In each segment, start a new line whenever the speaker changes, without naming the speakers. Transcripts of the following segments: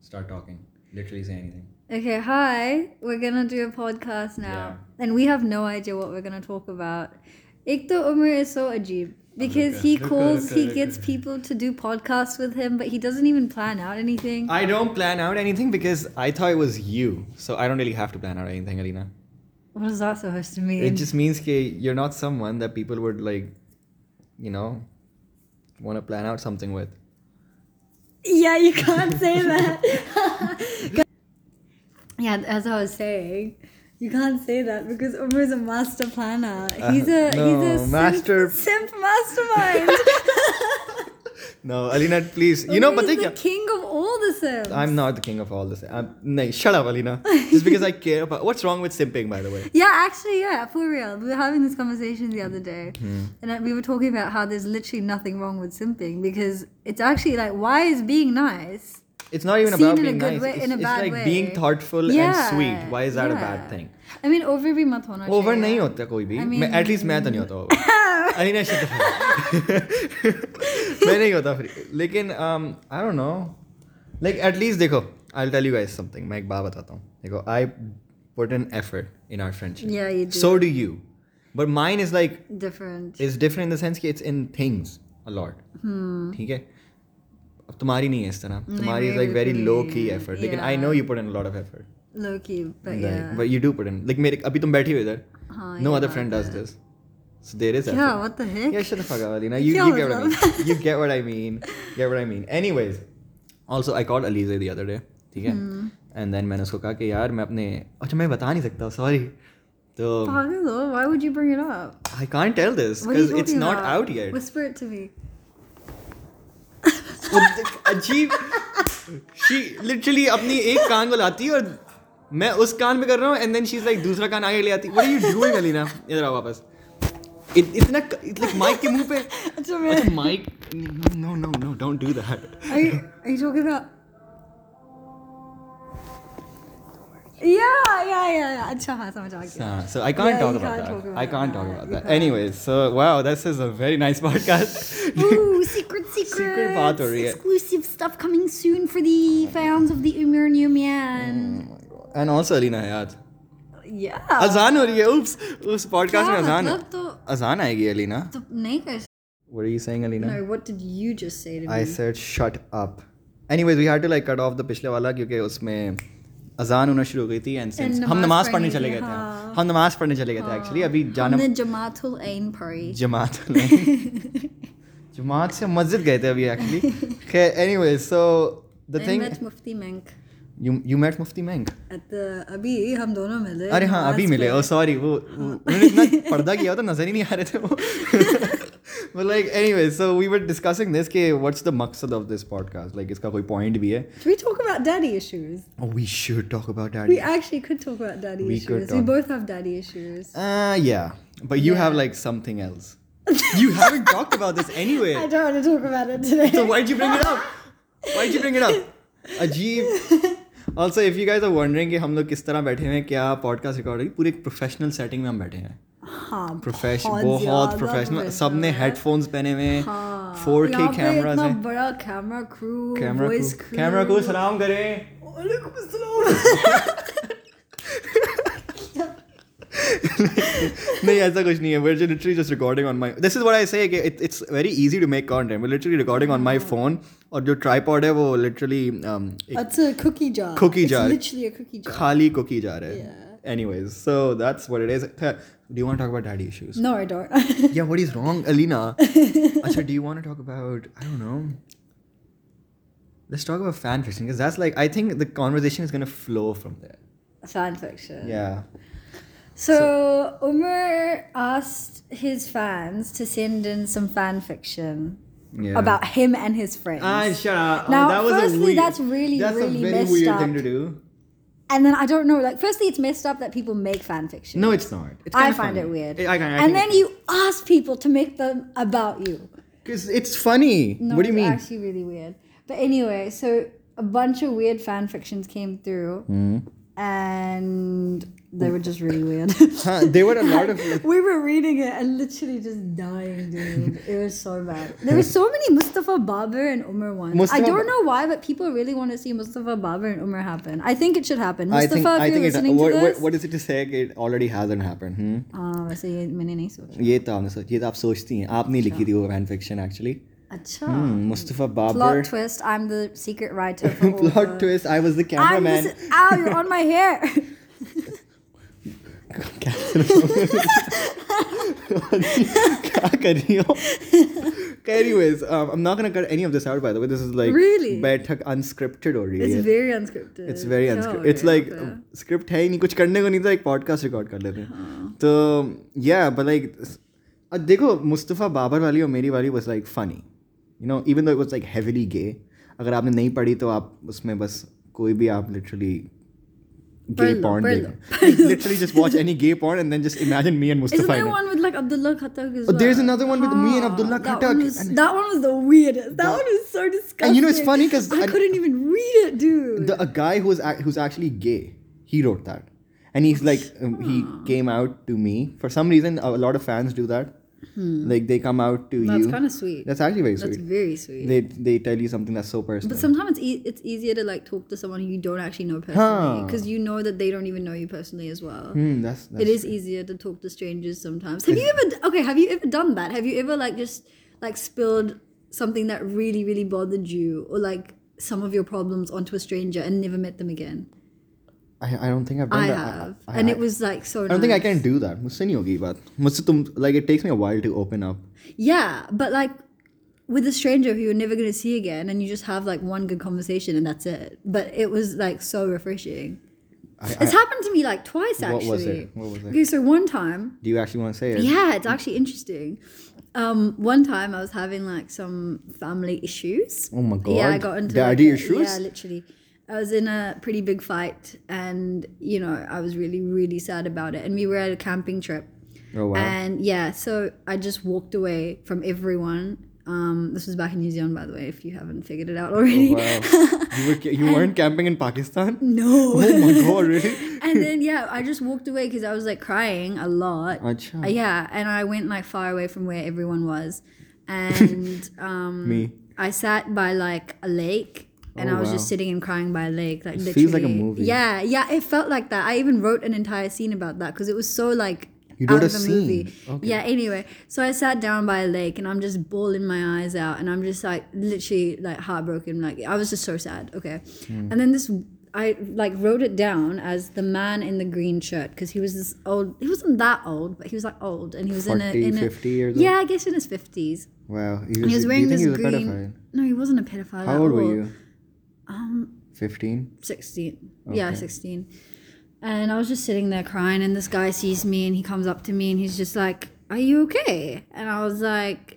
Start talking. Literally say anything.
Okay, hi. We're gonna do a podcast now, and we have no idea what we're gonna talk about. Ek to Umar is so ajeeb because he
Look,
calls,
look,
he
look.
gets people to do podcasts with him, but he doesn't even plan out anything.
I don't plan out anything because I thought it was you. So I don't really have to plan out anything, Alina.
What is that supposed to
It
mean?
just means that you're not someone that people would like, you know, want to plan out something with.
Yeah, you can't say that. yeah, as I was saying, you can't say that because Umar is a master planner. He's a
Uh,
he's
no,
a
master-
simp, simp mastermind.
No, Alina, please. You know,
Umar
but
is
they
the king of all the simps.
I'm not the king of all this. I'm, no, shut up, Alina. Just because I care about. What's wrong with simping, by the way?
Yeah, actually, yeah, for real. We were having this conversation the other day,
Mm-hmm.
and uh, we were talking about how there's literally nothing wrong with simping because it's actually like, why is being nice?
It's not even
Seen
about
in a
being
good
nice.
way-
it's
in a
it's
bad
like
way.
being thoughtful
Yeah,
and sweet. Why is that a
yeah.
bad thing?
I mean, over भी मत होना
over
चाहिए.
नहीं होता कोई भी
I
मैं
mean-
at least मैं तो नहीं होता ओवर अरे नहीं shut the fuck up. मैं तो नहीं होता फिर लेकिन um, I don't know like at least देखो I tell you guys something मैं एक बात बताता हूँ देखो I put an effort in our
Yeah, you
friendship
do.
So do you but mine is like
Different.
Is different in the sense कि it's in things a lot
Hmm.
ठीक है अब तुम्हारी नहीं है इस तरह तुम्हारी इज
मेरी
लाइक वेरी
बिल्कुल
लो
नहीं
की
है.
एफर्ट लेकिन I
Yeah.
No you put in lot of effort
Low key, but yeah.
But you do put in like मेरे अभी तुम बैठी हो इधर
हाँ,
No
ये
other
बात
friend
है.
does this. So there is
Yeah,
effort.
what the
Yeah,
heck?
shut the fuck up, Alina. You,
Yeah,
you get what I mean.
what's
You get what I mean. Get what I mean. Anyways, also I called Alize the other day. ठीक है
Hmm.
And then मैंने उसको कहा कि यार मैं अपने अच्छा मैं बता नहीं सकता सॉरी तो
Pagal, though, why would you bring it up?
I can't tell this
What are you
because
talking
it's not
about?
out yet
Whisper it to me.
वो देख, तो अजीब she literally अपनी एक कान को लाती है और मैं उस कान पे कर रहा हूँ and then she is like दूसरा कान आगे ले आती what are you doing Alina इधर आओ वापस इत, इतना लाइक माइक के मुंह पे
अच्छा
What's a mic? No, no, no, don't do that.
Are you, are you talking about? Yeah, yeah, yeah, yeah. अच्छा हाँ समझ आ गया.
Uh, so I can't
Yeah,
talk
you
about
can't
that.
talk about
I can't
that.
talk about
You
that.
can't.
Anyways, so wow, this is a very nice podcast.
Ooh, secret, secret,
बात हो रही है.
Exclusive stuff coming soon for the fans of the Umar Newman.
Oh and also Alina Hayat.
Yeah.
अजान हो रही है oops उस podcast में
क्या
अजान
मतलब तो-
अजान आएगी अलीना
तो नहीं कर
What are you saying Alina?
No, what did you just say to me?
I said shut up. Anyways, we had to like cut off the पिछले वाला क्योंकि उसमें अजान होना शुरू हो गई थी एंड सिंस हम
नमाज़
नमाज पढ़ने
पढ़नी
चले
थी,
गए थे
हाँ।
हम नमाज पढ़ने चले गए थे एक्चुअली अभी जाना
हमने जमातुल ऐन पढ़ी.
जमात नहीं जमात से मस्जिद गए थे अभी एक्चुअली खैर anyway so the
I
thing
met Mufti Menk
you you met Mufti Menk
at the अभी हम दोनों मिले.
अरे हाँ अभी
Last
मिले ओ सॉरी वो वो- उन्होंने इतना पर्दा किया था नजर ही नहीं आ रहे थे वो but like anyway so we were discussing this कि व्हाट्स द मकसद ऑफ दिस पॉडकास्ट लाइक इसका कोई पॉइंट भी है Oh,
Should we talk about daddy issues?
We should talk about
We
daddy
actually could talk about daddy
We could
issues. We
talk.
both have daddy issues.
या but you have
Yeah.
Like something else you haven't talked about this anyway
I don't want to talk about it today.
So why'd you bring it up? Why'd you bring it up? अजीब also if you guys are wondering कि हम लोग किस तरह बैठे हुए हैं क्या पॉडकास्ट रिकॉर्डिंग पूरे प्रोफेशनल सेटिंग में हम बैठे हैं
हाँ,
प्रोफेशनल
बहुत
बहुत
ज्यादा
प्रोफेशनल
professional
सबने
है।
हेडफोन्स पहने हुए हैं फोर के
यहाँ पे
कैमराज
इतना
हैं
बड़ा कैमरा क्रू
कैमरा
वॉइस
को
क्रू
कैमरा को सलाम करें
वालेकुम अस्सलाम
नहीं ऐसा कुछ नहीं है we're just literally just recording on my this is what I say कि it, it's very easy to make content we're literally recording on my phone और जो tripod है वो literally um, एक
It's a cookie jar.
Cookie
It's
jar.
literally a cookie jar.
खाली cookie जा रहे हैं
Yeah.
Anyways so that's what it is do you want talk about daddy issues
No, I don't.
या what is wrong Alina अच्छा do you want to talk about I don't know let's talk about fan fiction cuz that's like I think the conversation is gonna flow from there
Fan fiction.
या
So, Umar asked his fans to send in some fan fiction
Yeah.
about him and his friends.
Ah, shut up.
Now,
that was
firstly,
a weird,
that's really,
that's
really
a very
messed
weird
up.
thing to do.
and then I don't know. Like, firstly, it's messed up that people make fan fiction.
No, it's not. It's
I
kinda
find
funny.
it weird.
I, I, I
and then you ask people to make them about you.
because it's funny.
No,
what do you
it's
mean?
actually
Hmm.
really weird. But anyway, so a bunch of weird fan fictions came through. and they were just really weird.
Huh, there were a lot of
we were reading it and literally just dying, dude. It was so bad. There were so many Mustafa Babar and Umar ones. I
Mustafa-
don't know why, but people really want to see Mustafa Babar and Umar happen. I think it should happen.
I
Mustafa,
think I
if you're
think it
listening
what,
to
what
this, Ah,
what is it to say कि it already hasn't happened hmm?
हाँ, वैसे ये मैंने नहीं सोचा.
ये तो आपने सोच ये तो आप सोचती हैं आपने लिखी थी वो फैन फिक्शन एक्चुअली Hmm.
अच्छा.
Mustafa
Plot
Babar
twist. I'm the secret writer. For all
plot
the-
twist I was the
I'm
cameraman
the, ow! You're on my hair.
क्या कर रही हो Anyways, um, I'm not gonna cut any of this out. By the way, this is like
Really?
बैठक unscripted हो रही है.
It's very unscripted.
It's very
क्या हो
unscripted.
गया
It's like um,
यहाँ पे?
script है ही नहीं कुछ करने को नहीं था एक podcast record कर लेते
हाँ।
हैं. तो yeah, but like uh, देखो मुस्तफ़ा बाबर वाली और मेरी वाली was like funny. You know, even though it was like heavily gay. अगर आपने नहीं पढ़ी तो आप उसमें बस कोई भी आप literally gay
पढ़ लो,
porn
पढ़
देख literally just watch any gay porn and then just imagine me and
Isn't
Mustafa
there
in it.
one with like Abdullah Khattak as
Oh,
well?
there's another one with me and
Ah,
Abdullah
that
Khattak.
One was, that one was the weirdest. That, one was so disgusting.
you know, it's funny 'cause
I
I-
couldn't even read it, dude.
the, a guy who's ac- who's actually gay he wrote that and he's like um, he came out to me for some reason a lot of fans do that like they come out to
Hmm. That's
you
kind of sweet. That's,
that's actually very sweet
very sweet.
they they tell you something that's so personal
but sometimes it's, e- it's easier to like talk to someone you don't actually know personally because you know that they don't even know you personally as well.
Hmm, that's, that's
it is e- easier to talk to strangers sometimes. Have you ever okay? Have you ever done that? Have you ever like just like spilled something that really really bothered you or like some of your problems onto a stranger and never met them again?
I, I don't think I've done
I
that
have,
I, I,
and
I,
it was like so.
I don't think I can do that मुझसे नहीं होगी बात मुझसे तुम like it takes me a while to open up
Yeah, but like with a stranger who you're never gonna see again, and you just have like one good conversation and that's it. But it was like so refreshing.
I,
it's
I,
happened to me like twice
what
actually.
was it what was it
Okay, so one time
do you actually want to say it
Yeah, it's actually interesting. Um, one time I was having like some family issues.
oh my god
Yeah, I got into
daddy
like, a-
issues
Yeah, literally. I was in a pretty big fight, and you know I was really really sad about it. And we were at a camping trip,
oh wow
and yeah, so I just walked away from everyone. Um, this was back in New Zealand, by the way, if you haven't figured it out already.
Oh, wow you, were, you weren't camping in Pakistan
no.
oh my god really
and then yeah, I just walked away because I was like crying a lot.
अच्छा
Uh, Yeah, and I went like far away from where everyone was, and um,
Me.
I sat by like a lake, and
Oh,
I was
wow.
just sitting and crying by a lake. Like
It
literally,
feels like a movie.
Yeah, yeah, it felt like that. I even wrote an entire scene about that because it was so like.
You
out
wrote
of
a
the
scene?
movie.
Okay.
Yeah, anyway. So I sat down by a lake and I'm just bawling my eyes out and I'm just like literally like heartbroken. Like I was just so sad. Okay.
Hmm.
And then this I like wrote it down as the man in the green shirt because he was this old he wasn't that old, but he was like old and he was in
40,
a in a
50 years old?
Yeah, I guess in his fifties.
Wow.
And he was wearing
do
this
you think he was a pedophile?
green No, he wasn't a pedophile.
How
at
old were
all.
you?
Um
15?
16. Yeah,
Okay.
16. And I was just sitting there crying, and this guy sees me and he comes up to me and he's just like, Are you okay? And I was like,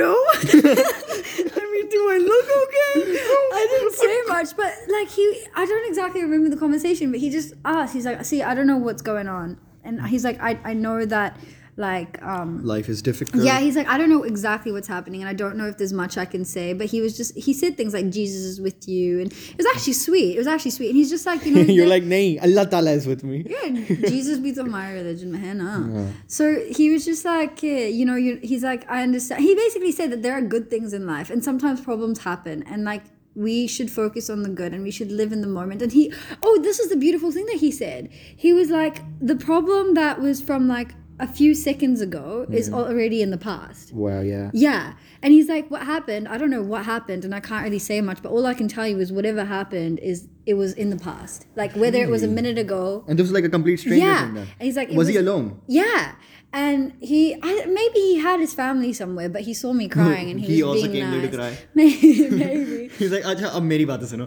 No. I mean, do I look okay? I didn't say much, but like, he, I don't exactly remember the conversation, but he just asked, He's like, See, I don't know what's going on. And he's like, I, I know that, like, um,
Life is difficult.
yeah, he's like, I don't know exactly what's happening, and I don't know if there's much I can say. But he was just, he said things like, Jesus is with you. And it was actually sweet. It was actually sweet. And he's just like, you know,
You're
the-
like, nay, Allah Ta'ala is with me.
yeah, Jesus beats on my religion, man. huh? So he was just like, yeah, you know, you, he's like, I understand. He basically said that there are good things in life, and sometimes problems happen, and like we should focus on the good, and we should live in the moment. And he, oh, this is the beautiful thing that he said. He was like, the problem that was from like a few seconds ago is already in the past.
Wow, yeah.
Yeah. And he's like, What happened? I don't know what happened. And I can't really say much, but all I can tell you is whatever happened is it was in the past. Like whether it was a minute ago.
And this was like a complete stranger
yeah.
doing that.
And he's like, it
was, he alone?
Yeah. And he, I, maybe he had his family somewhere, but he saw me crying and he,
He
was
also
being
came there
nice.
to cry.
Maybe, maybe.
He's like, Acha, ab meri baat suno.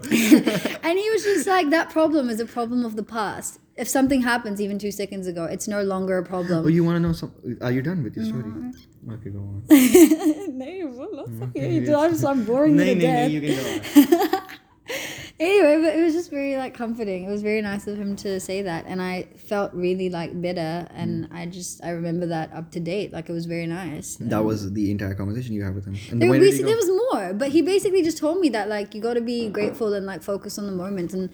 and he was just like, that problem is a problem of the past. If something happens even two seconds ago, it's no longer a problem.
oh, you want to know something? Are you done with your story? Okay, go on.
no, well, that's okay. Dude, I'm, so- I'm boring you to death.
you can go on.
anyway, but it was just very like comforting. It was very nice of him to say that, and I felt really like bitter, and I just I remember that up to date. Like it was very nice.
That was Mm. the entire conversation you had with him. And
There,
where
basi-
did he
there
go?
was more, but he basically just told me that like you got to be grateful and like focus on the moment and.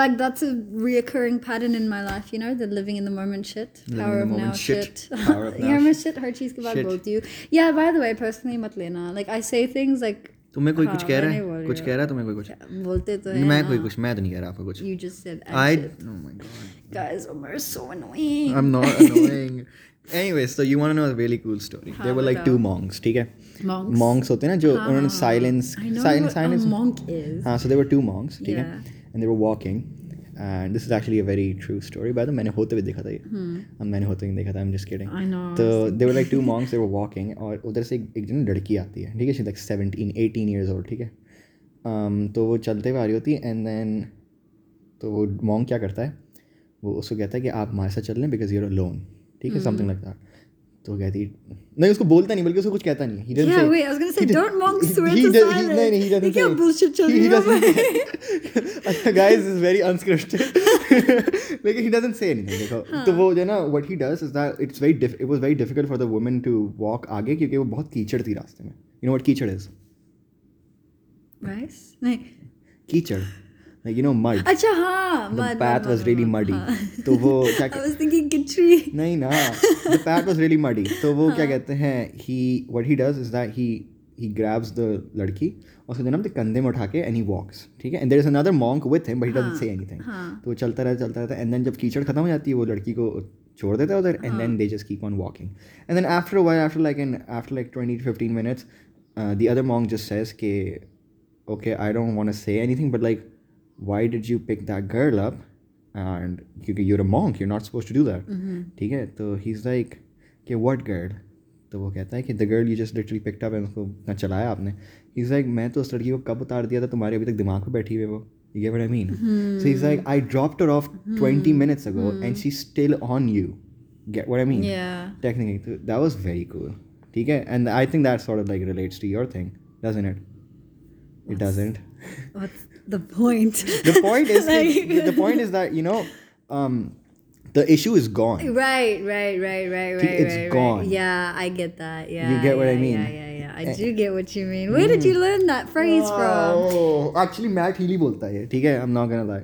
like that's a reoccurring pattern in my life, you know, the living in the moment shit.
Living in
power
the
of now
moment shit.
shit.
Power of
you
now
remember shit? Her cheese kebab
Shit.
both you. Yeah, by the way, personally मत लेना. Like I say things like
तुम्हें कोई कुछ
हाँ,
कह रहा
मैंने
है
बोल
कुछ
दिया।
कह रहा है तुम्हें कोई कुछ
बोलते तो है
मैं
ना.
कोई कुछ मैं तो नहीं कह रहा आपको कुछ
You just said
I
I
oh my god
guys Omar is so annoying.
I'm not annoying anyway so you want to know a really cool story there were like two monks ठीक है
Monks.
monks होते हैं ना जो उन्होंने silence
I know
silence
what a monk is.
हाँ so there were two monks ठीक है
Yeah.
and they were walking and this is actually a very true story by the way मैंने होते हुए देखा था ये अब मैंने होते हुए नहीं देखा था I'm just kidding
I know.
तो they were like two monks they were walking और उधर से एक एक जो ना लड़की आती है ठीक है शी लाइक 17 18 इयर्स ओल्ड ठीक है um, तो वो चलते हुए आ रही होती है एंड देन तो वो मॉन्ग क्या करता है वो उसको कहता है कि आप हमारे साथ चल लें बिकॉज यूर अलोन ठीक है समथिंग लाइक दैट तो वो कहती नहीं उसको बोलता नहीं बल्कि उसको कुछ कहता नहीं He didn't
Yeah,
say-
wait, I was gonna say,
he did-
don't monks
he-
swear
he
to
did- he-
silence.
नहीं नहीं he doesn't
You can't
say-
bullshit children
he doesn't-
away.
अच्छा गाइस इज वेरी अनस्क्रिप्टेड लेकिन he doesn't say anything देखो तो वो जो है ना what he does is that it's very it was very difficult for the woman to walk आगे क्योंकि वो बहुत कीचड़ थी रास्ते में यू नो व्हाट कीचड़ इज
Rice? नहीं.
कीचड़ लाइक यू नो मड
अच्छा हाँ
the
mud,
path
mud,
was
mud,
really
mud,
muddy
हाँ.
तो वो क्या
I was thinking Kitri.
नहीं ना the path was really muddy तो वो
हाँ।
क्या कहते हैं he what he does is that he he grabs the लड़की और उसको जो है ना अपने कंधे में उठा के एंड ही वॉक्स ठीक है and there is another monk with him but he doesn't say anything
हाँ
तो वो चलता रहता चलता रहता एंड देन जब कीचड़ खत्म हो जाती है वो लड़की को छोड़ देता है उधर एंड
हाँ।
Then they just keep on walking and then after why after like an after like twenty to fifteen minutes the other monk just says के okay I don't want to say anything but like why did you pick that girl up and क्योंकि you're a monk you not suppose to do that ठीक है तो he is like कि what girl तो वो कहता है कि the girl you just literally picked up and उसको इतना चलाया आपने इज़ लाइक मैं तो उस लड़की को कब उतार दिया था तुम्हारे अभी तक दिमाग पे बैठी हुई है वो you get what I mean so is like I dropped her off 20 minutes ago and she still on you get what I mean
yeah
technically तो दैट वाज वेरी कूल ठीक है and I think that sort of like relates to your thing doesn't it it doesn't
what's the point
the point is
Like-
the point is that you know um the issue is gone
right right right right right
it's
right,
gone.
right yeah I get that yeah
get what I
yeah,
mean? Eh. Hmm.
yeah yeah yeah I do get what you mean where did you learn that phrase from
oh actually matt healy bolta hai ye, theek hai i'm not gonna lie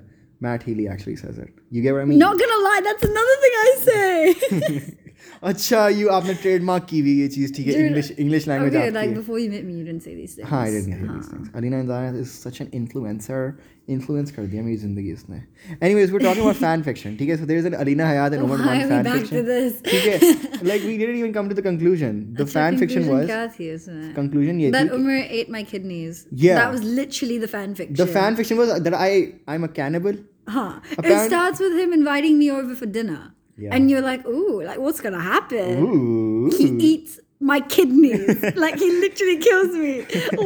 matt healy actually says it you get what i mean
not gonna lie that's another thing I say
अच्छा you आपने trademark की हुई ये चीज ठीक है
Dude,
English English language
okay
आपकी
like
है
before you met me you didn't say these things
हाँ I didn't hear this things Alina इंदाना is such an influencer influence कर दिया मेरी जिंदगी इसने anyways we are talking about fan fiction ठीक है so there is an Alina Hayat and Umar
why
one
are
fan
Oh, we back to
fiction
this
ठीक है like we didn't even come to the conclusion the
अच्छा,
fan fiction
conclusion
was
क्या थी उसमें?
Conclusion ये
that
थी
Umar ate my kidneys
Yeah.
that was literally the fan fiction
the fan fiction was that I I am a cannibal
Huh.
Apparent-
it starts with him inviting me over for dinner.
Yeah.
And you're like, ooh, like what's gonna happen?
Ooh.
He eats my kidneys. like he literally kills me.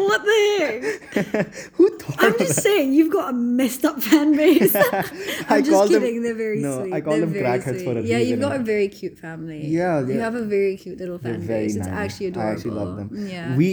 what the heck?
Who thought
I'm just saying, you've got a messed up fan base. I'm just
call them-
kidding. They're very
No,
sweet.
I call
They're
them
very
crackheads for a
sweet. Yeah, you've
reason.
got a very cute family.
Yeah,
you
they're-
have a very cute little
They're
fan
very
base. It's
nice.
actually adorable.
I actually love them.
Yeah.
We,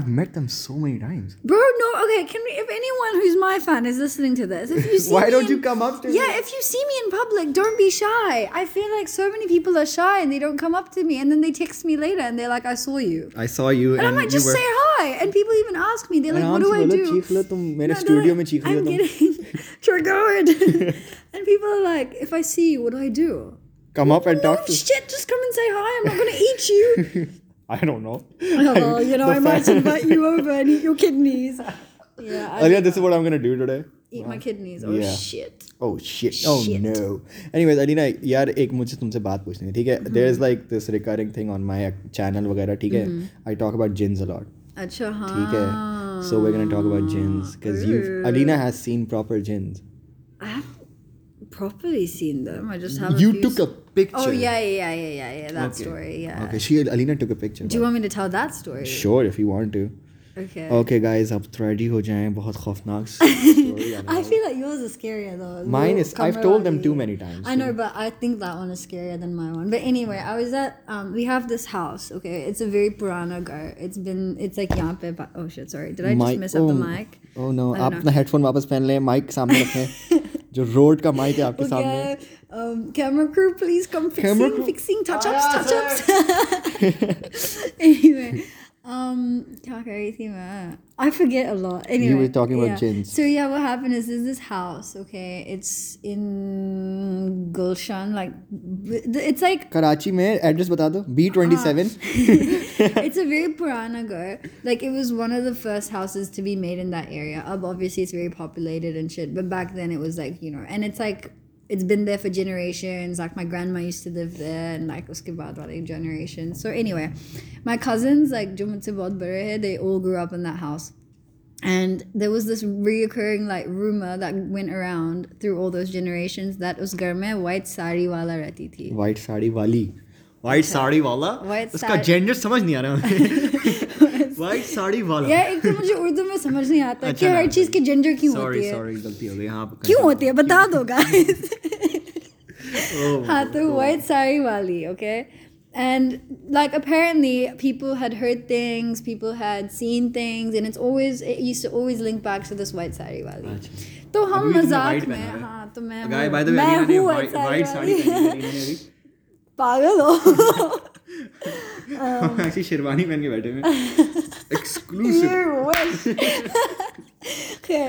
I've met them so many times.
Bro, no, okay. Can we? If anyone who's my fan is listening to this, if you see
Why
me
don't
in-
you come up to me?
Yeah, if you see me in public, don't be shy. I feel like so many people are shy and they don't come up to me, and then they text me later and they're like, "I saw you,"
I saw you
and, I might just say hi. And people even ask me, they're like, "What do I do?"
चीख लो तुम मेरे
No, they're
studio
like,
में चीख
I'm
लो तुम
getting triggered, and people are like, "If I see you, what do I do?"
Come up and
No
talk to
shit, just come and say hi. I'm not gonna eat you.
I don't know.
Oh, well, you know,
The
I might
fact-
invite you over and eat your kidneys. Yeah, I
Oh, yeah, this is what I'm gonna do today.
eat my kidneys. Oh
Yeah.
shit.
Oh shit. Oh
Shit.
no. Anyways, Alina, यार एक मुझे तुमसे बात पूछनी है ठीक है
Mm-hmm.
There is like this recurring thing on my channel वगैरह ठीक है
Mm-hmm.
I talk about gins a lot
अच्छा हाँ
ठीक
Ah,
है So we're gonna talk about gins because you Alina has seen proper gins.
I haven't properly seen them. I just have.
You
a few
took a picture.
Oh yeah, yeah, yeah, yeah, yeah, yeah. That story. Yeah.
Okay, she Alina took a picture.
Do you want me to tell that story?
Sure, if you want to.
Okay.
Okay, guys, अब thready हो जाएं बहुत खौफनाक story आने
I feel like yours is scarier though.
Mine
Your
is. I've
camera
told them
view.
too many times.
I know, but I think that one is scarier than my one. But anyway, I was at um, we have this house. Okay, it's a very Purana ghar. It's been it's like यहाँ पे बा- oh shit sorry did I just
Mic-
mess up the
oh,
mic?
Oh no,
I don't
आप
know.
अपना headphone वापस पहन लें mic सामने रखें जो रोड का माइक है आपके सामने
Okay, um, camera crew, please come fixing,
Camera crew.
fixing touch ups, touch ups. anyway, Um, क्या कर रही थी मैं? I forget a lot. Anyway,
were talking about
yeah.
gins.
So yeah, what happened is there's this house. Okay, it's in Gulshan. Like, b- it's like
Karachi में address बता दो B twenty seven
हाँ। it's a very purana ghar. Like it was one of the first houses to be made in that area. Ab obviously it's very populated and shit, but back then it was like you know, and it's like it's been there for generations. Like my grandma used to live there, and like uske baad wale generation. So anyway, my cousins like jo mujhse bahut bade hai, they all grew up in that house. And there was this reoccurring like rumor that went around through all those generations that us ghar mein white sari wala rehti thi.
White sari वाली
white sari वाला
अच्छा। White
उसका
sari-
gender समझ नहीं आ रहा है white sari वाला
यार एक तो मुझे उर्दू में समझ नहीं आता
अच्छा
कि हर
ना।
चीज की जेंडर क्यों
सॉरी
होती है
सॉरी गलती हो गई हाँ आप-
क्यों होती है बता दो गाइस
Oh,
हाँ तो व्हाइट साड़ी वाली okay and like apparently people had heard things people had seen things and it's always it used to always link back to this white sari वाली
अच्छा।
तो हम
अभी भी तुमने
मजाक
white
में
पहना हुआ है।
हाँ तो मैं
Guy, by the
हूँ-
way,
मैं
Alina ने
हूँ
white- white साड़ी
वाली।
पहनी है, Alina ने अभी।
पागल हो हाँ।
ऐसी शेरवानी पहन के बैठे हुए exclusive
You're wish. okay,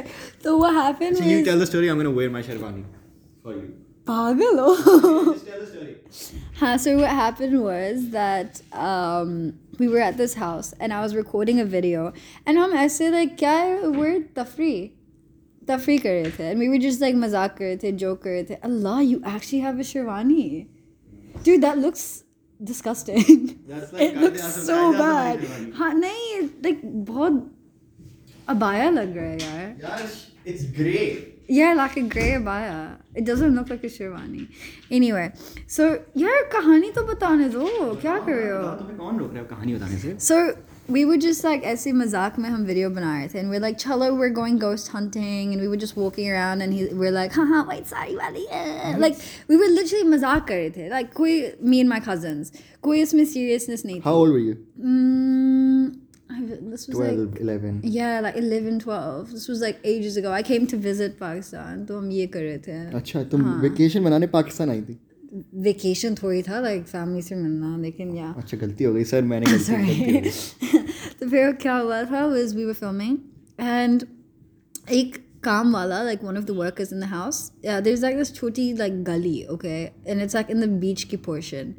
so what happened
So you
was
tell the story. I'm gonna wear my sherwani for you.
पागल हो
Just tell the story.
Huh, so what happened was that um, we were at this house and I was recording a video and I'm actually like क्या word tafri tafri कर रहे थे and we were just like मजाक कर रहे थे joke कर रहे थे Allah you actually have a sherwani dude that looks disgusting
That's like
it looks
Gandhi-
so
Gandhi-
bad
Gandhi-
हाँ नहीं it, like बहुत abaya लग रहा है यार
Yash, it's grey.
Yeah, like a grey abaya. It doesn't look like a sherwani. Anyway, so यार कहानी तो बताने दो क्या कर रहे
बताओ,
हो
तुम्हें कौन रोक रहा है कहानी बताने से?
So we would just like ऐसे मजाक में हम video बना रहे थे and we're like chalo we're going ghost hunting and we were just walking around and he, we're like haha white sari wali eh." like we were literally मजाक कर रहे थे like कोई me and my cousins कोई इसमें seriousness नहीं थी
how old were you
mm, I, this was like
12 11
yeah like 11 12 this was like ages ago I came to visit Pakistan तो हम ये कर रहे थे
अच्छा तुम
हाँ।
वेकेशन मनाने पाकिस्तान आई थी
वेकेशन थोड़ी था लाइक फैमिली से मिलना लेकिन या
अच्छा गलती हो गई सर मैंने गलती
Sorry.
गलती हो गई।
तो फिर क्या हुआ था was we were filming and एक काम वाला like one of the workers in the house yeah, there's like this choti like gully okay and it's like in the beach ki portion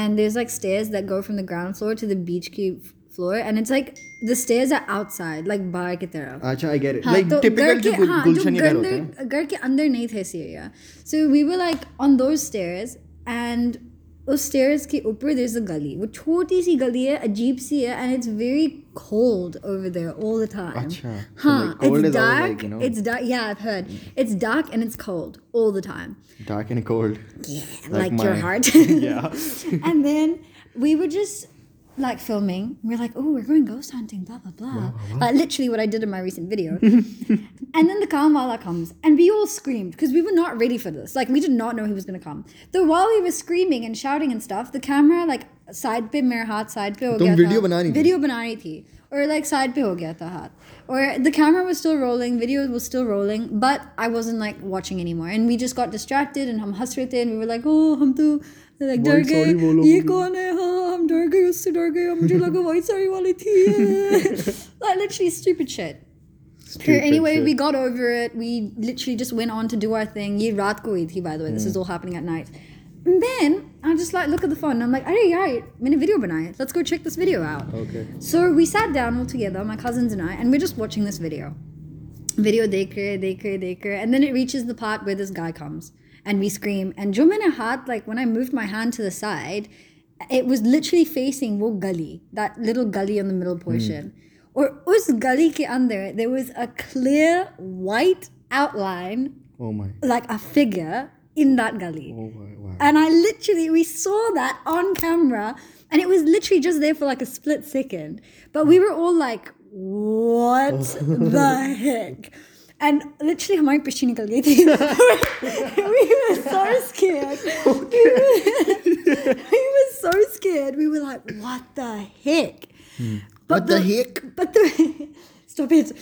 and there's like stairs that go from the ground floor to the beach ki floor and it's like the stairs are outside like bar ki taraf
अच्छा I get it
हाँ,
like
तो
typical
घर
जो
के-
गुल-
हाँ, जो
गुलशन के घर होते हैं
अंदर- घर के अंदर नहीं थे सीरिया so we were like on दो स्टेयर्स एंड उस स्टेयर्स के ऊपर देर इज अ गली वो छोटी सी गली है अजीब सी है and it's very cold over there all the time
अच्छा, so
हाँ
like cold
it's
is always like,
dark
you know-
it's dark या I heard it's dark and it's cold all the time
dark and cold
like,
Like
your
mine.
heart.
Yeah.
and then we were just like filming. We're like, oh, we're going ghost hunting, blah blah blah. Like literally what I did in my recent video. and then the Kamala comes, and we all screamed because we were not ready for this. Like we did not know he was gonna come. Though while we were screaming and shouting and stuff, the camera like side pe mere haath side pe ho
तुम
gaya
video
tha.
बना रही थी?
Video बना रही थी. Or like side pe ho gaya tha haath. Or the camera was still rolling, video was still rolling, but I wasn't like watching anymore. And we just got distracted and हम हंस रहे थे and we were like, oh, हम तो like डर
White
गए
साड़ी वालों को
ये
भी।
कौन है हाँ हम डर गए उससे डर गए मुझे लगा वाइट साड़ी वाली थी like literally stupid shit Here, anyway, we got over it. We literally just went on to do our thing. Ye raat ko hui thi, by the way. This is all happening at night. And then I'm just like, look at the phone. And I'm like, alright, alright, made a video banai. Let's go check this video out.
Okay
So we sat down all together, my cousins and I, and we're just watching this video. Video dekre, dekre, dekre. And then it reaches the part where this guy comes and we scream. And Jumina Hat, like when I moved my hand to the side, it was literally facing wo gully, that little gully on the middle portion. Or us gully ke under, there was a clear white outline,
oh my
like a figure in that gully.
Oh wow
And I literally, we saw that on camera, and it was literally just there for like a split second. But we were all like, what the heck? And literally, हमारी पिछली निकल गई थी. we were so scared. We, were, we were so scared. We were like, what the heck? But
What the heck?
But the stop it.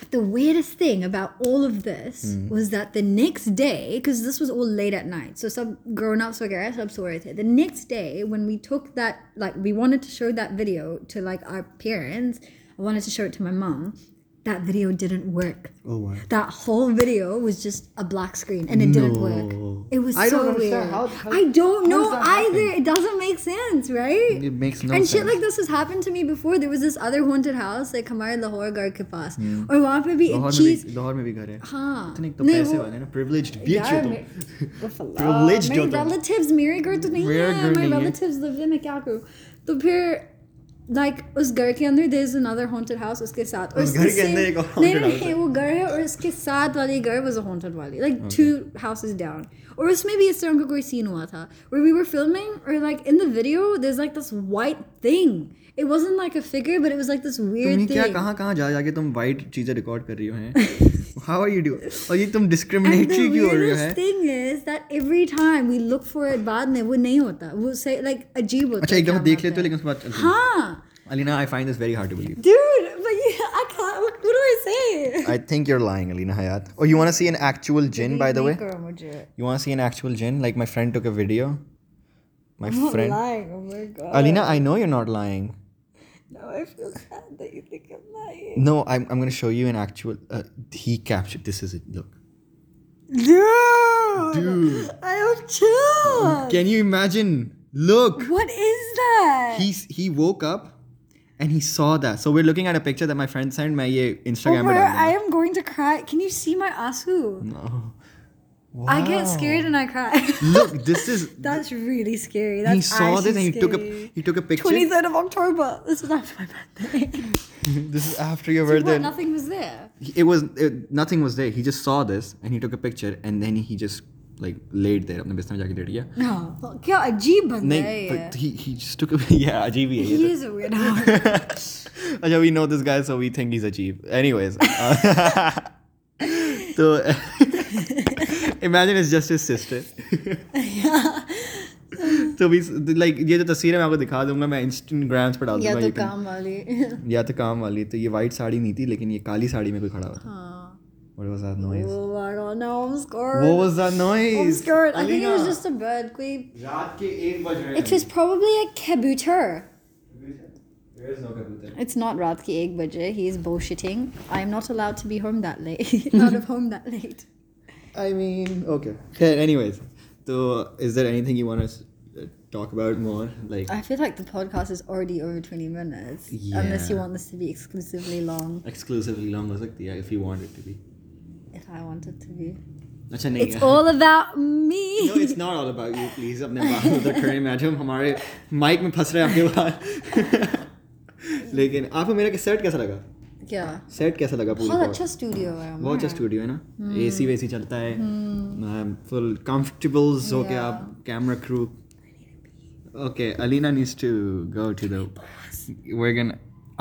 But the weirdest thing about all of this was that the next day, because this was all late at night, so some grown ups were getting sub sorry The next day, when we took that, like, we wanted to show that video to like our parents, I wanted to show it to my mom. That video didn't work.
Oh wow.
That whole video was just a black screen, and it didn't
No.
work. It was
I
so
don't understand
weird.
how- how-
I don't know
does
either.
that happen?
It doesn't make sense, right?
It makes no
and
sense.
shit like this has happened to me before. There was this other haunted house, like हमारे लाहौर घर के पास, और वहाँ पे भी एक
लाहौर में
चीज
भी लाहौर में भी घर है
हाँ
इतने तो
नहीं
पैसे
वो-
वाले ना privileged bitch तो। हो
यार,
तुम
मे- वो फला-
Privileged
मेरे
हो तुम।
relatives मेरे घर तो नहीं
मेरा
है
घर
मेरे
नहीं है।
relatives live in मैं क्या करूँ तो फिर like उस घर के अंदर there is another haunted house उसके साथ और
उस
इसके
घर के
same-
अंदर एक और
नहीं
haunted
नहीं
house है।
वो घर है और इसके साथ वाली घर was a haunted वाली like two houses down और उसमें भी इस तरह का कोई सीन हुआ था where we were filming or like in the video there's like this white thing it wasn't like a figure but it was like this weird
तुम ये
तो thing
क्या कहाँ कहाँ जा जाके तुम वाइट चीजें रिकॉर्ड कर रही हो हैं हाउ आर यू डू और ये तुम डिस्क्रिमिनेटरी
And the
क्यों हो रही हो
weirdest
हैं
thing is that every time we look for it बाद में वो नहीं होता वो say like अजीब होता
अच्छा
है
एक दफा
क्या
देख लेते हो लेकिन
बात है।
उसके बाद चलते
हाँ
हो। Alina I find this very hard to believe
dude but yeah, I can't what, what do I say
I think you are lying Alina Hayat
Oh,
और you want to see an actual Jin by the way
करो मुझे
you want to see an actual Jin like my friend took a video my
I'm not
friend
lying oh my god
Alina, I know you're not lying.
now I feel sad that you think I'm lying
No, I'm, I'm going to show you an actual. Uh, he captured. This is it. Look.
dude
Dude.
I am chill
Can you imagine? Look.
what is that
He's, he woke up and he saw that. So we're looking at a picture that my friend sent. My Instagram.
Over,
पे डाल
Oh, I am going to cry. Can you see my asu?
दूंगा. No.
I get scared and I cry.
Look, this is.
That's really scary. That's
he saw this and he
actually
took a
scary.
he took a picture.
23rd of October. This was after my birthday.
this is after your
What,
birthday.
nothing was there.
It was it, nothing was there. He just saw this and he took a picture and then he just like laid there. अपने बिस्तर में जाके late गया.
No. Well, क्या अजीब बंदा है
नहीं,
ये.
but he he just took a yeah अजीब ही है ये तो.
He is a weirdo.
अच्छा we know this guy so we think is achieve anyways uh, तो imagine is just his sister तो भी लाइक ये जो तस्वीर है मैं आपको दिखा दूंगा मैं इंस्टाग्राम्स पर डाल
या
दूंगा
तो
you can-
काम वाली.
या तो काम वाली तो ये वाइट साड़ी नहीं थी लेकिन ये काली साड़ी में कोई खड़ा हुआ था
हाँ.
What was that noise
Oh my god, no, I'm scared.
What was that
I'm
noise
scared. I think it was just a bird. कोई.
रात के 1 बज रहे
It was probably a kabutar.
There is no kabutar
It's not रात के एक बजे. He is bullshitting. I am not allowed to be home that late. Out of home that late.
I mean, okay. Okay, anyways. So, is there anything you want to talk about more? Like,
I feel like the podcast is already over 20 minutes. Unless
Yeah.
you want this to be exclusively long,
exclusively long as yeah, if you want it to be.
if I want it to be.
अच्छा नहीं
It's all about me.
No, it's not all about you, please. अपने बाल उधर खड़े मैं जो हमारे mic में फंस रहे हैं आपके बाल लेकिन आपको मेरा सेट कैसा लगा
yeah.
सेट कैसा लगा
बहुत
पूरा
अच्छा स्टूडियो है
बहुत अच्छा स्टूडियो है
Hmm.
ना एसी वेसी चलता है फुल कंफर्टेबल्स हो गया आप camera crew okay Alina needs to go to the wagon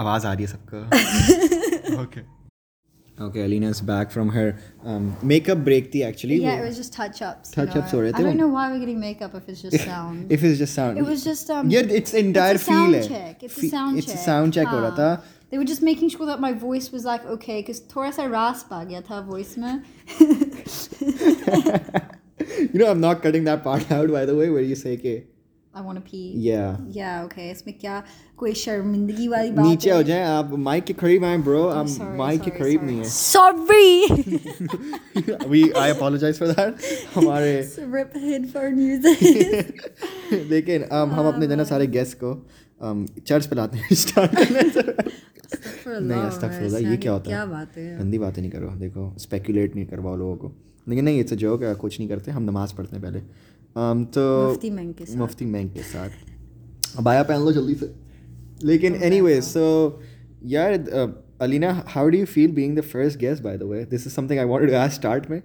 आवाज आ रही है सबको okay okay Alina is back from her makeup break um, थी actually
Yeah, it was just touch ups.
Touch-ups हो रहे
I
थे
don't
वो।
know why we're getting makeup if it's just sound.
If is just
it was
sound
just um.
Yeah, it's entire
it's a sound
feel है।
check. It's a
Fe-
sound
it's a
check.
sound check हो रहा
हाँ.
था।
They were just making sure that my voice was like okay, because थोड़ा सा rasp आ गया था voice में.
You know I am not cutting that part out by the way where you say के
I want to pee.
या
Yeah, okay. इसमें क्या कोई शर्मिंदगी वाली बात
नीचे
है?
हो जाए आप माइक के करीब आए ब्रो आप
Oh, sorry,
माइक के
sorry,
करीब
sorry.
नहीं है
Sorry.
we i apologize for that हमारे
Rip headphone music.
लेकिन um, हम अपने
हाँ।
जना सारे गेस्ट को um, चर्च पे लाते हैं स्टार्ट करने से नहीं अस्तगफुरुल्लाह ये क्या होता
क्या
है
बात है
गंदी बातें नहीं करो देखो स्पेकुलेट नहीं करवाओ लोगों को लेकिन नहीं इट्स अ जोक कुछ नहीं करते हम नमाज पढ़ते हैं पहले um,
मुफ्ती
तो
मैंग के साथ
मुफ्ती मैंग के साथ अब आया पहन लो जल्दी से लेकिन एनीवे सो यार uh, Alina how do you feel being the first guest by the way this is something I wanted to ask start में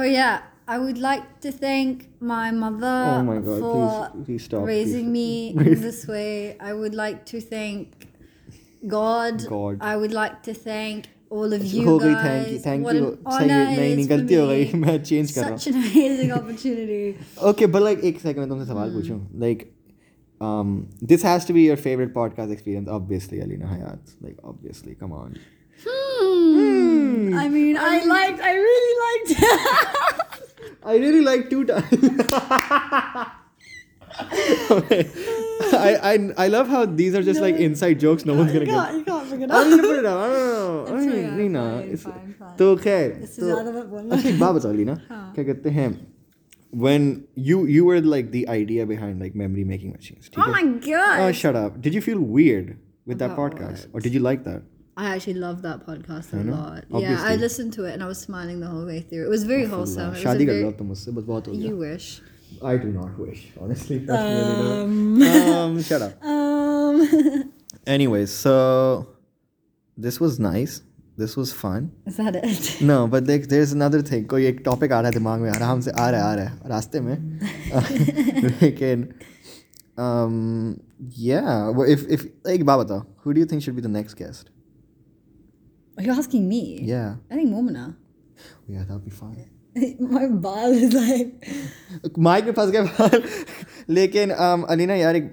Oh yeah, I would like to thank my mother
Oh my God,
for
please- please stop,
raising me in this way. I would like to thank God.
God.
I would like to thank all of you
हो गई
guys.
Thank you thank
what
you
an
सही है
honor it
नहीं
is
नहीं
for
गलती हो
me.
गई मैं चेंज कर रहा हूँ
Such an amazing opportunity.
Okay, but like, एक second, मैं तुमसे सवाल पूछूं. Like, um, this has to be your favorite podcast experience, obviously, Alina Hayat. Like, obviously, come on.
Hmm.
movies.
I mean, I liked, I really liked
I really like two times. I, I I love how these are just like inside jokes. No one's gonna
you,
get.
can't, you can't figure it
I'm
out.
gonna put it down. I don't know.
It's
Ay,
okay,
Reena,
fine,
it's-
fine, fine.
तो खैर
इससे
तो
ज्यादा मत बोलना।
अच्छा, एक बात बता ली ना क्या कहते हैं when you you were like the idea behind like memory making machines ठीक
Oh my god.
oh shut up did you feel weird with that podcast or did you like that
I actually loved that podcast a lot. Yeah, I
Obviously.
listened to it and I was smiling the whole way through. It was very wholesome. It was a
शादी कर
very,
लो तुम मुझसे बस बहुत हो
you
गया
wish.
I do not wish honestly that's really not- um shut up
Um,
anyways so this was nice this was fun
is that it?
no but there, there's another thing कोई एक topic आ रहा है दिमाग में आराम से आ रहा है आ रहा है रास्ते में लेकिन um yeah well, if if एक बात बताओ who do you think should be the next guest
Are you asking me?
yeah
I think Momina.
yeah that'd be fun
My ball is like.
Mic में फंस गए बाल लेकिन um, Alina यार एक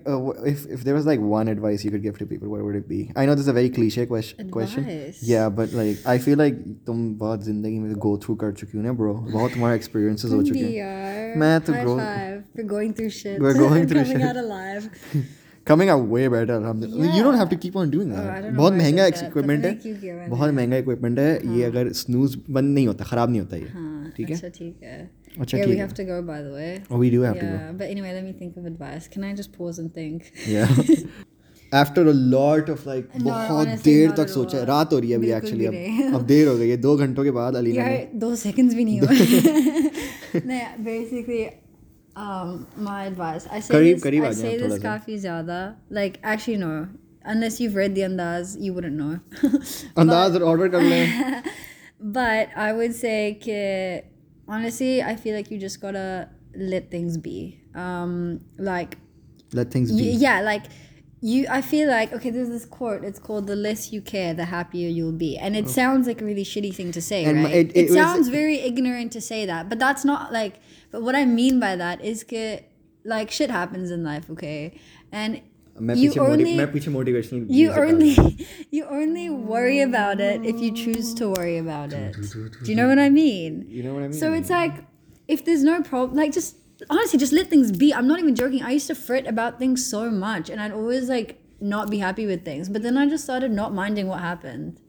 if if there was like one advice you could give to people what would it be I know this is a very cliche question question
Advice?
yeah but like I feel like तुम बहुत जिंदगी में go through कर चुकी हो ना bro बहुत तुम्हारे experiences हो चुके हैं
DR.
मैं तो
High
grow-
five. We're going through shit.
We're going through shit.
coming out alive.
coming out way better alhamdulillah Like, you don't have to keep on doing
Oh, I
that
don't know
बहुत
why I
महंगा
did that, but
equipment
thank you,
है
Gavin.
बहुत महंगा equipment है ये अगर snooze बंद नहीं होता खराब नहीं होता ये
हाँ,
ठीक है
अच्छा ठीक है.
अच्छा,
yeah, we
ठीक है।
have to go by the way.
Oh, we do have to go
Yeah, but anyway, let me think of advice. Can I just pause and think?
yeah after a lot of like
No,
बहुत
honestly,
there
not
तक
at
सोचा है
all.
रात हो रही है अभी
बिल्कुल
एक्चुअली
भी नहीं।
अब अब देर हो गई है दो घंटों के बाद अलीना
यार
ने
दो seconds भी नहीं हुए नहीं basically um, my advice I say
करीब-
this,
करीब
I
आ जाओ
say
आप
this
थोड़ा सा।
काफी ज़्यादा like actually no unless you've read the andaz you wouldn't know
अंदाज और ऑर्डर कर लें
but I would say that honestly I feel like you just gotta let things be um, like
let things
you,
be
yeah like you i feel like okay there's this quote it's called the less you care the happier you'll be and it sounds like a really shitty thing to say
Oh. And my-
right
it-
it,
it was-
sounds very ignorant to say that but that's not like but what i mean by that is that like shit happens in life okay and
मैं
you
पीछे motive
only
मैं पीछे motivational
you only you only worry about it if you choose to worry about it do you know what i mean
you know what i mean
so it's like if there's no problem, like just honestly, just let things be. I'm not even joking. I used to fret about things so much, and I'd always like not be happy with things. But then I just started not minding what happened.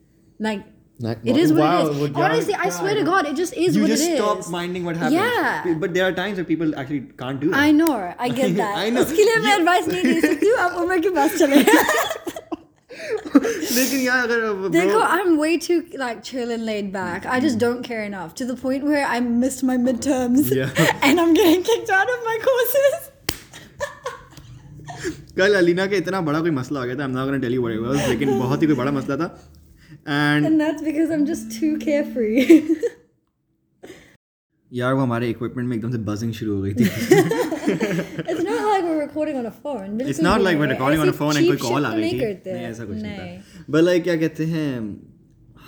Like
Not-
it is what
Wow,
it is.
what-
honestly, I swear to God, it just is
you
what
just
it is.
stop minding what happens
Yeah.
but there are times where people actually can't do that
I know. I get that.
I know.
उसके लिए मैं advice नहीं दे सकती हूँ, आप उम्र के पास चले
लेकिन यार अगर
They go,
bro,
I'm way too like chill and laid back. I
Mm-hmm.
just don't care enough to the point where I missed my midterms
Yeah.
and I'm getting kicked out of my courses.
कल अलीना का इतना बड़ा कोई मसला आ गया था I'm not gonna tell you what it was लेकिन बहुत ही कोई बड़ा मसला था and
And that's because I'm just too carefree.
यार वो हमारे इक्विपमेंट में एकदम से बजिंग शुरू हो गई थी
It's not like we're recording on a phone.
It's not like we're recording on a phone and कोई कॉल आ रही
तो नहीं
थी
करते
नहीं ऐसा कुछ नहीं
नहीं।
था बट लाइक क्या कहते हैं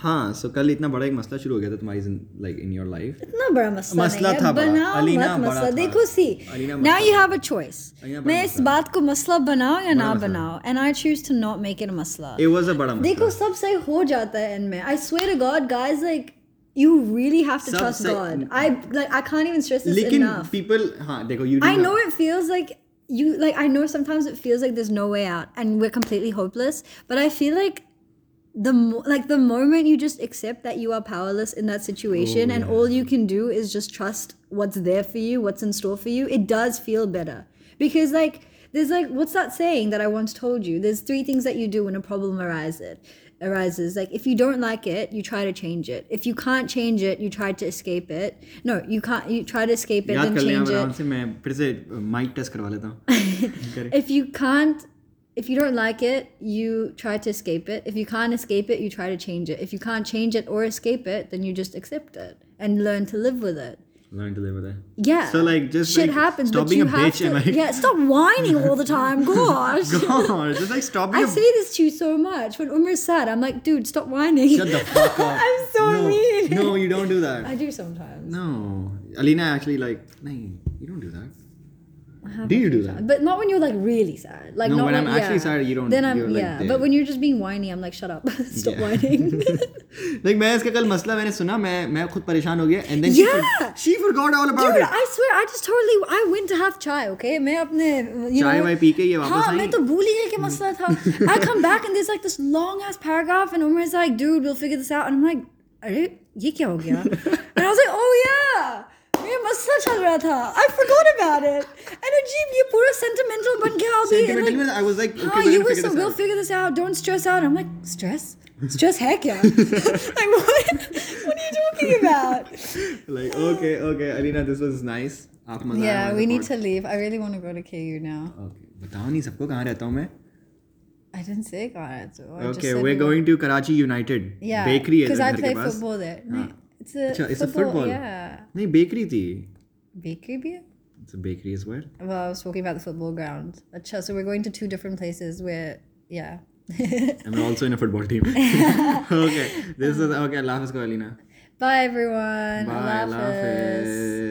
हाँ सो कल इतना बड़ा एक मसला शुरू हो गया था तुम्हारी लाइक इन योर लाइफ
इतना बड़ा मसला
मसला
नहीं है,
था बड़ा,
बनाओ
अलीना
मत
बड़ा
मसला
था।
देखो सी
अलीना
नाउ
मसला
you have a choice
Alina बड़ा
मैं इस
मसला
बात को मसला बनाओ या ना
मसला।
बनाओ and I choose to not make it a masla
it was a बड़ा मसला
देखो सब सही हो जाता है इनमें I swear to God guys like you really have to
सब
ट्रस्ट
सही-
God I like I can't even stress this
लेकिन
इनफ
पीपल हाँ देखो you
I know it feels like you like I know sometimes it feels like there's no way out and we're completely hopeless, but I feel like the mo- like the moment you just accept that you are powerless in that situation and all you can do is just trust what's there for you, what's in store for you, it does feel better. Because like there's like what's that saying that I once told you? There's three things that you do when a problem arises. Arises like if you don't like it, you try to change it. If you can't change it, you try to escape it. No, you can't. You try to escape it,
याद
then
कर लिया
change
मेरे
it.
आराम से मैं फिर से mike test करवा लेता हूँ करें।
if you can't if you don't like it you try to escape it if you can't escape it you try to change it if you can't change it or escape it then you just accept it and learn to live with it
Learn to live with it.
yeah
So, like, just,
shit
like,
happens
stop
but
being
you
a
have
bitch
to
and, like-
yeah stop whining all the time gosh
God, just like stop
I
being a-
say this to you so much. When Umrah's sad, I'm like, dude, stop whining.
Shut the fuck up.
I'm so
no,
mean.
No, you don't do that.
I do sometimes.
No, Alina actually like. No, you don't do that.
I have
Do
a
you
few
do that?
times. But not when you're like really sad. Like
No,
not
when I'm actually
yeah.
sad, you don't-
Then I'm
you're, like,
yeah.
there.
But when you're just being whiny, I'm like, shut up, stop whining.
Like मैं इसका कल मसला मैंने सुना मैं मैं खुद परेशान हो गया and then
Yeah.
She forgot all
Dude,
about it
I swear, I just totally, I went to have chai, okay? मैं अपने, you
चाय
know,
वाय पी के ये वापस
हाँ,
आई
मैं तो भूल ही गई कि मसला था. I come back and there's like this long ass paragraph and Umar is like, dude, we'll figure this out. And I'm like, अरे ये क्या हो गया? and I was like, oh yeah, मेरा मसला चल रहा था. I forgot about it. And अजीब ये पूरा sentimental बन गया. अभी. And
Sentimental में I was like, okay,
हाँ,
we'll
you were
figure
so,
this
we'll
out.
figure this out. Don't stress out. I'm like, stress? Stress है क्या? like what? What are you talking about?
like okay okay Alina this was nice आप मजा आया
Yeah,
हमारे
we need
podcast-
to leave. I really want to go to KU now.
okay बताओ नहीं सबको कहाँ रहता हूँ मैं
I didn't say Karatsu. I just
okay
said
we're
we-
going to Karachi United
Yeah,
bakery है
because
इधर
I
घर
play
के पास
football there.
हाँ.
No, it's a
अच्छा, Ah. it's a
football,
football.
Yeah,
नहीं bakery थी
bakery beer.
it's a bakery as well
Well, I was talking about the football ground. Acha, so we're going to two different places where, yeah.
and we're also in a football team okay this is okay Allah Hafiz ko Alina
Bye everyone.
bye
Allah
Allah
Hafiz.
Hafiz